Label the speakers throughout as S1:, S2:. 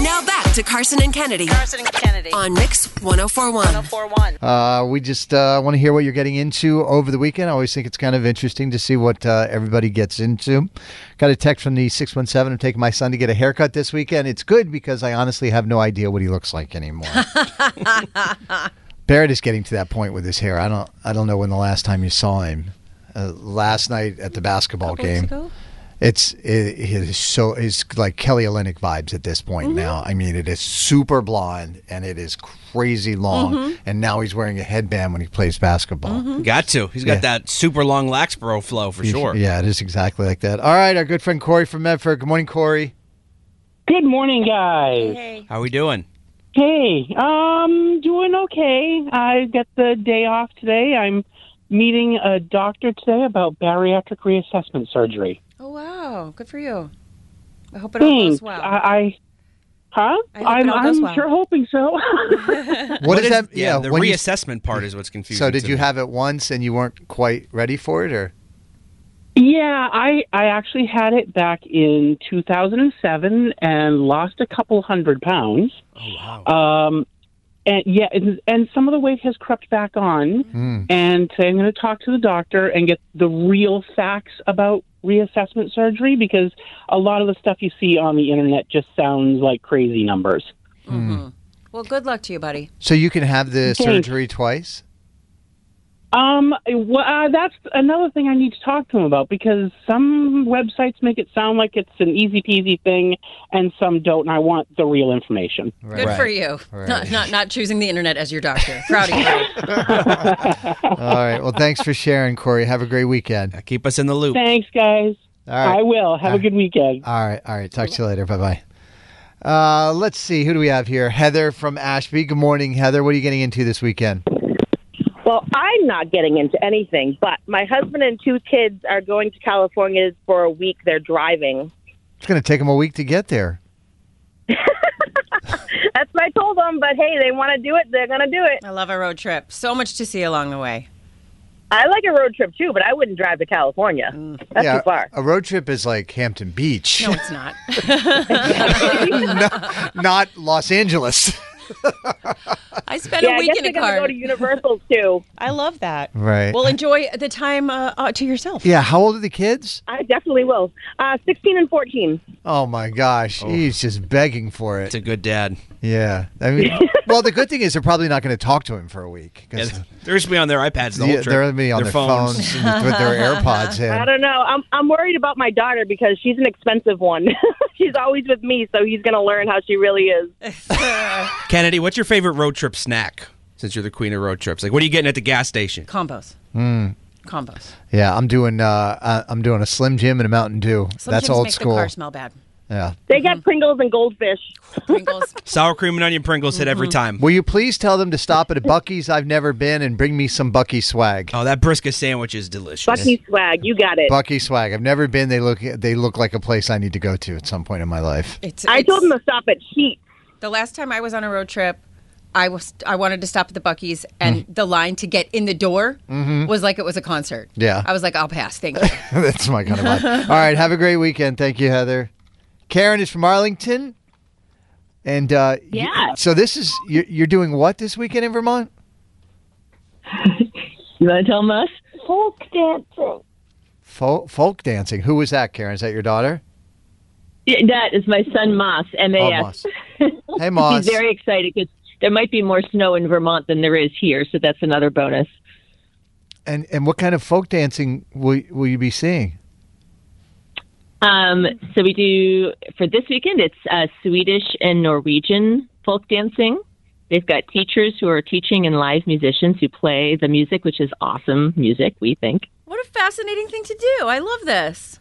S1: Now back to Carson and Kennedy
S2: Carson and Kennedy.
S1: on Mix 1041.
S2: 1041.
S3: Uh, we just uh, want to hear what you're getting into over the weekend. I always think it's kind of interesting to see what uh, everybody gets into. Got a text from the 617. I'm taking my son to get a haircut this weekend. It's good because I honestly have no idea what he looks like anymore. Barrett is getting to that point with his hair. I don't. I don't know when the last time you saw him. Uh, last night at the basketball game. It's it, it is so it's like Kelly Olynyk vibes at this point now. I mean, it is super blonde and it is crazy long. And now he's wearing a headband when he plays basketball.
S4: Got to. He's got that super long Laxbro flow for sure.
S3: Yeah, it is exactly like that. All right, our good friend Corey from Medford. Good morning, Corey.
S5: Good morning, guys. Hey.
S4: How we doing?
S5: um, doing okay. I got the day off today. I'm meeting a doctor today about bariatric reassessment surgery.
S2: Oh, wow. Good for you. I hope it all goes
S5: Thanks.
S2: well.
S5: I, I, huh?
S2: I hope it
S5: am
S2: all goes
S5: I'm
S2: well.
S5: sure hoping so.
S3: Uh, what is, that?
S4: Yeah, the
S3: when you-
S4: reassessment part is what's confusing.
S3: so did
S4: to
S3: you
S4: me.
S3: have it once and you weren't quite ready for it, or
S5: yeah, I I actually had it back in 2007 and lost a couple hundred pounds.
S4: Oh, wow.
S5: Um, and yeah, and, and some of the weight has crept back on.
S4: Hmm.
S5: And today I'm going to talk to the doctor and get the real facts about reassessment surgery because a lot of the stuff you see on the internet just sounds like crazy numbers.
S2: well, good luck to you, buddy.
S3: so you can have the
S5: Thanks.
S3: surgery twice?
S5: Um, well, uh, that's another thing I need to talk to him about because some websites make it sound like it's an easy peasy thing, and some don't. And I want the real information.
S2: Good for you. Not, not not choosing the internet as your doctor. Proud of you.
S3: All right. Well, thanks for sharing, Corey. Have a great weekend.
S4: Yeah, keep us in the loop.
S5: Thanks, guys.
S3: All right.
S5: I will. Have a good weekend.
S3: All right. All right. Talk to you later. Bye bye. Uh, let's see. Who do we have here? Heather from Ashby. Good morning, Heather. What are you getting into this weekend?
S6: Well, I'm not getting into anything, but my husband and two kids are going to California for a week. They're driving.
S3: It's going to take them a week to get there.
S6: That's what I told them, but hey, they want to do it, they're going to do it.
S2: I love a road trip. So much to see along the way.
S6: I like a road trip too, but I wouldn't drive to California. That's
S3: yeah.
S6: too far.
S3: A road trip is like Hampton Beach,
S2: No, it's not.
S3: not Los Angeles.
S2: I spent
S6: Yeah,
S2: a
S6: I
S2: week
S6: guess
S2: in
S6: they're going
S2: a
S6: to
S2: car.
S6: go to Universal too.
S2: I love that.
S3: Right.
S2: Well, enjoy the time uh, uh, to yourself.
S3: yeah. How old are the kids?
S6: I definitely will. Uh, 16 and 14.
S3: Oh my gosh. He's just begging for
S4: It's
S3: it.
S4: a good dad.
S3: Yeah. I mean, well, the good thing is they're probably not going to talk to him for a week. 'cause-
S4: Yeah, they're just be on their iPads the whole
S3: Yeah,
S4: trip.
S3: they're going to be on their, phones, and with their AirPods in.
S6: I don't know. I'm I'm worried about my daughter because she's an expensive one. she's always with me, so he's going to learn how she really is.
S4: Kennedy, what's your favorite road trip snack? Since you're the queen of road trips, like what are you getting at the gas station?
S2: Combos.
S3: Hmm.
S2: Combos.
S3: Yeah, I'm doing. Uh, I- I'm doing a Slim Jim and a Mountain Dew.
S2: Slim
S3: That's
S2: Jims
S3: old
S2: make
S3: school.
S2: the car smell bad.
S3: yeah.
S6: They got Pringles and goldfish.
S2: Pringles.
S4: Sour cream and onion Pringles hit every time.
S3: Will you please tell them to stop at a Bucky's I've never been and bring me some Bucky swag?
S4: Oh, that brisket sandwich is delicious.
S6: Bucky swag. You got it.
S3: Bucky swag. I've never been. They look. They look like a place I need to go to at some point in my life.
S2: It's,
S6: I
S2: it's-
S6: told him to stop at Sheets.
S2: The last time I was on a road trip, I was I wanted to stop at the Bucky's, and
S3: Mm.
S2: the line to get in the door was like it was a concert.
S3: Mm-hmm. Yeah.
S2: I was like, I'll pass. Thank you.
S3: That's my kind of vibe. All right. Have a great weekend. Thank you, Heather. Karen is from Arlington, and uh, y-
S6: Yeah.
S3: so this is you're, you're doing what this weekend in Vermont?
S6: You want to tell them us? Folk dancing.
S3: Fol- folk dancing. Who was that, Karen? Is that your daughter? Oh,
S7: Yeah, that is my son Moss, M A S.
S3: Hey, Moss.
S7: He's very excited because there might be more snow in Vermont than there is here, so that's another bonus.
S3: And and what kind of folk dancing will will you be seeing?
S7: Um, so we do for this weekend. It's uh, Swedish and Norwegian folk dancing. They've got teachers who are teaching and live musicians who play the music, which is awesome music. We think.
S2: What a fascinating thing to do. I love this.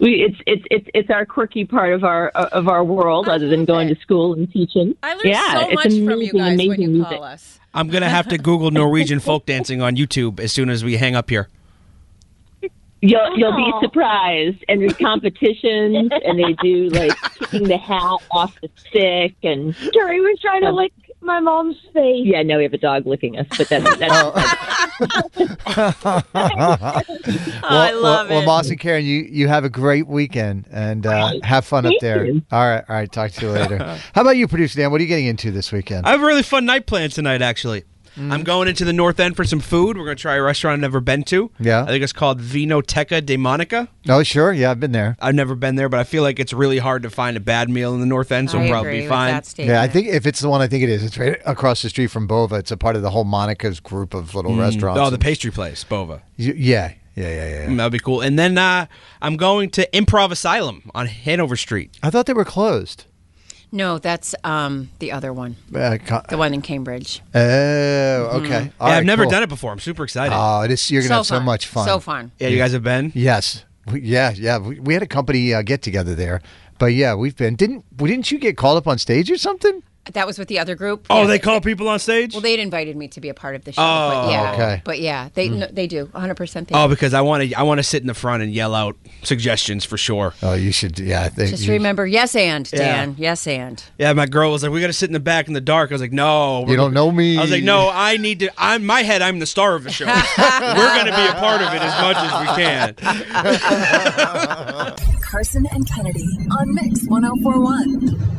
S7: We, it's it's it's it's our quirky part of our uh, of our world, other than going to school and teaching.
S2: I learned
S7: yeah,
S2: so
S7: it's
S2: much from you
S7: amazing,
S2: guys when
S7: amazing
S2: you
S7: music.
S2: call us.
S4: I'm gonna have to Google Norwegian folk dancing on YouTube as soon as we hang up here.
S7: You'll you'll be
S2: Oh.
S7: surprised, and there's competitions, and they do like kicking the hat off the stick, and
S8: Jerry was trying to lick my mom's face. Oh.
S7: yeah, no, we have a dog licking us, but that's that's
S3: well,
S2: I love
S3: well,
S2: it.
S3: Well, Moss and Karen, you, you have a great weekend and uh, have fun up
S7: Thank
S3: there.
S7: you.
S3: All right, all right. Talk to you later. How about you, producer Dan? What are you getting into this weekend?
S4: I have a really fun night planned tonight, actually.
S3: Mm.
S4: I'm going into the North End for some food. We're going to try a restaurant I've never been to.
S3: Yeah.
S4: I think it's called Vinoteca Demonica.
S3: oh, sure. Yeah, I've been there.
S4: I've never been there, but I feel like it's really hard to find a bad meal in the North End, so
S2: I
S4: we'll probably
S2: agree
S4: be
S2: with
S4: fine.
S2: that statement.
S3: Yeah, I think if it's the one I think it is, it's right across the street from Bova. It's a part of the whole Monica's group of little restaurants.
S4: Oh, the pastry place, Bova.
S3: You- yeah, yeah, yeah, yeah.
S4: Mm, That'd be cool. And then uh, I'm going to Improv Asylum on Hanover Street.
S3: I thought they were closed.
S2: No, that's um, the other one,
S3: Uh, co-
S2: the one in Cambridge.
S3: oh, okay. All
S4: yeah,
S3: right,
S4: I've never
S3: cool.
S4: done it before. I'm super excited.
S3: Oh, it is, you're gonna have so much fun.
S2: So fun.
S4: yeah, you guys have been?
S3: Yes. We, yeah, yeah. We, we had a company uh, get together there, but yeah, we've been. Didn't didn't you get called up on stage or something?
S2: That was with the other group.
S4: Oh,
S2: Yeah.
S4: they call people on stage?
S2: Well, they'd invited me to be a part of the show.
S4: Oh, Mm.
S2: but yeah,
S3: okay.
S2: But yeah, they no, they do 100. percent
S4: oh, because I want to I want to sit in the front and yell out suggestions for sure.
S3: Oh, you should. Yeah, they,
S2: Just
S3: you-
S2: remember, yes and
S4: Yeah.
S2: Dan, yes and.
S4: Yeah, my girl was like, "We got to sit in the back in the dark." I was like, "No, we're
S3: You don't
S4: gonna-
S3: know me.
S4: I was like, "No, I need to. I'm my head. I'm the star of the show. we're going to be a part of it as much as we can."
S1: Carson and Kennedy on Mix 1041.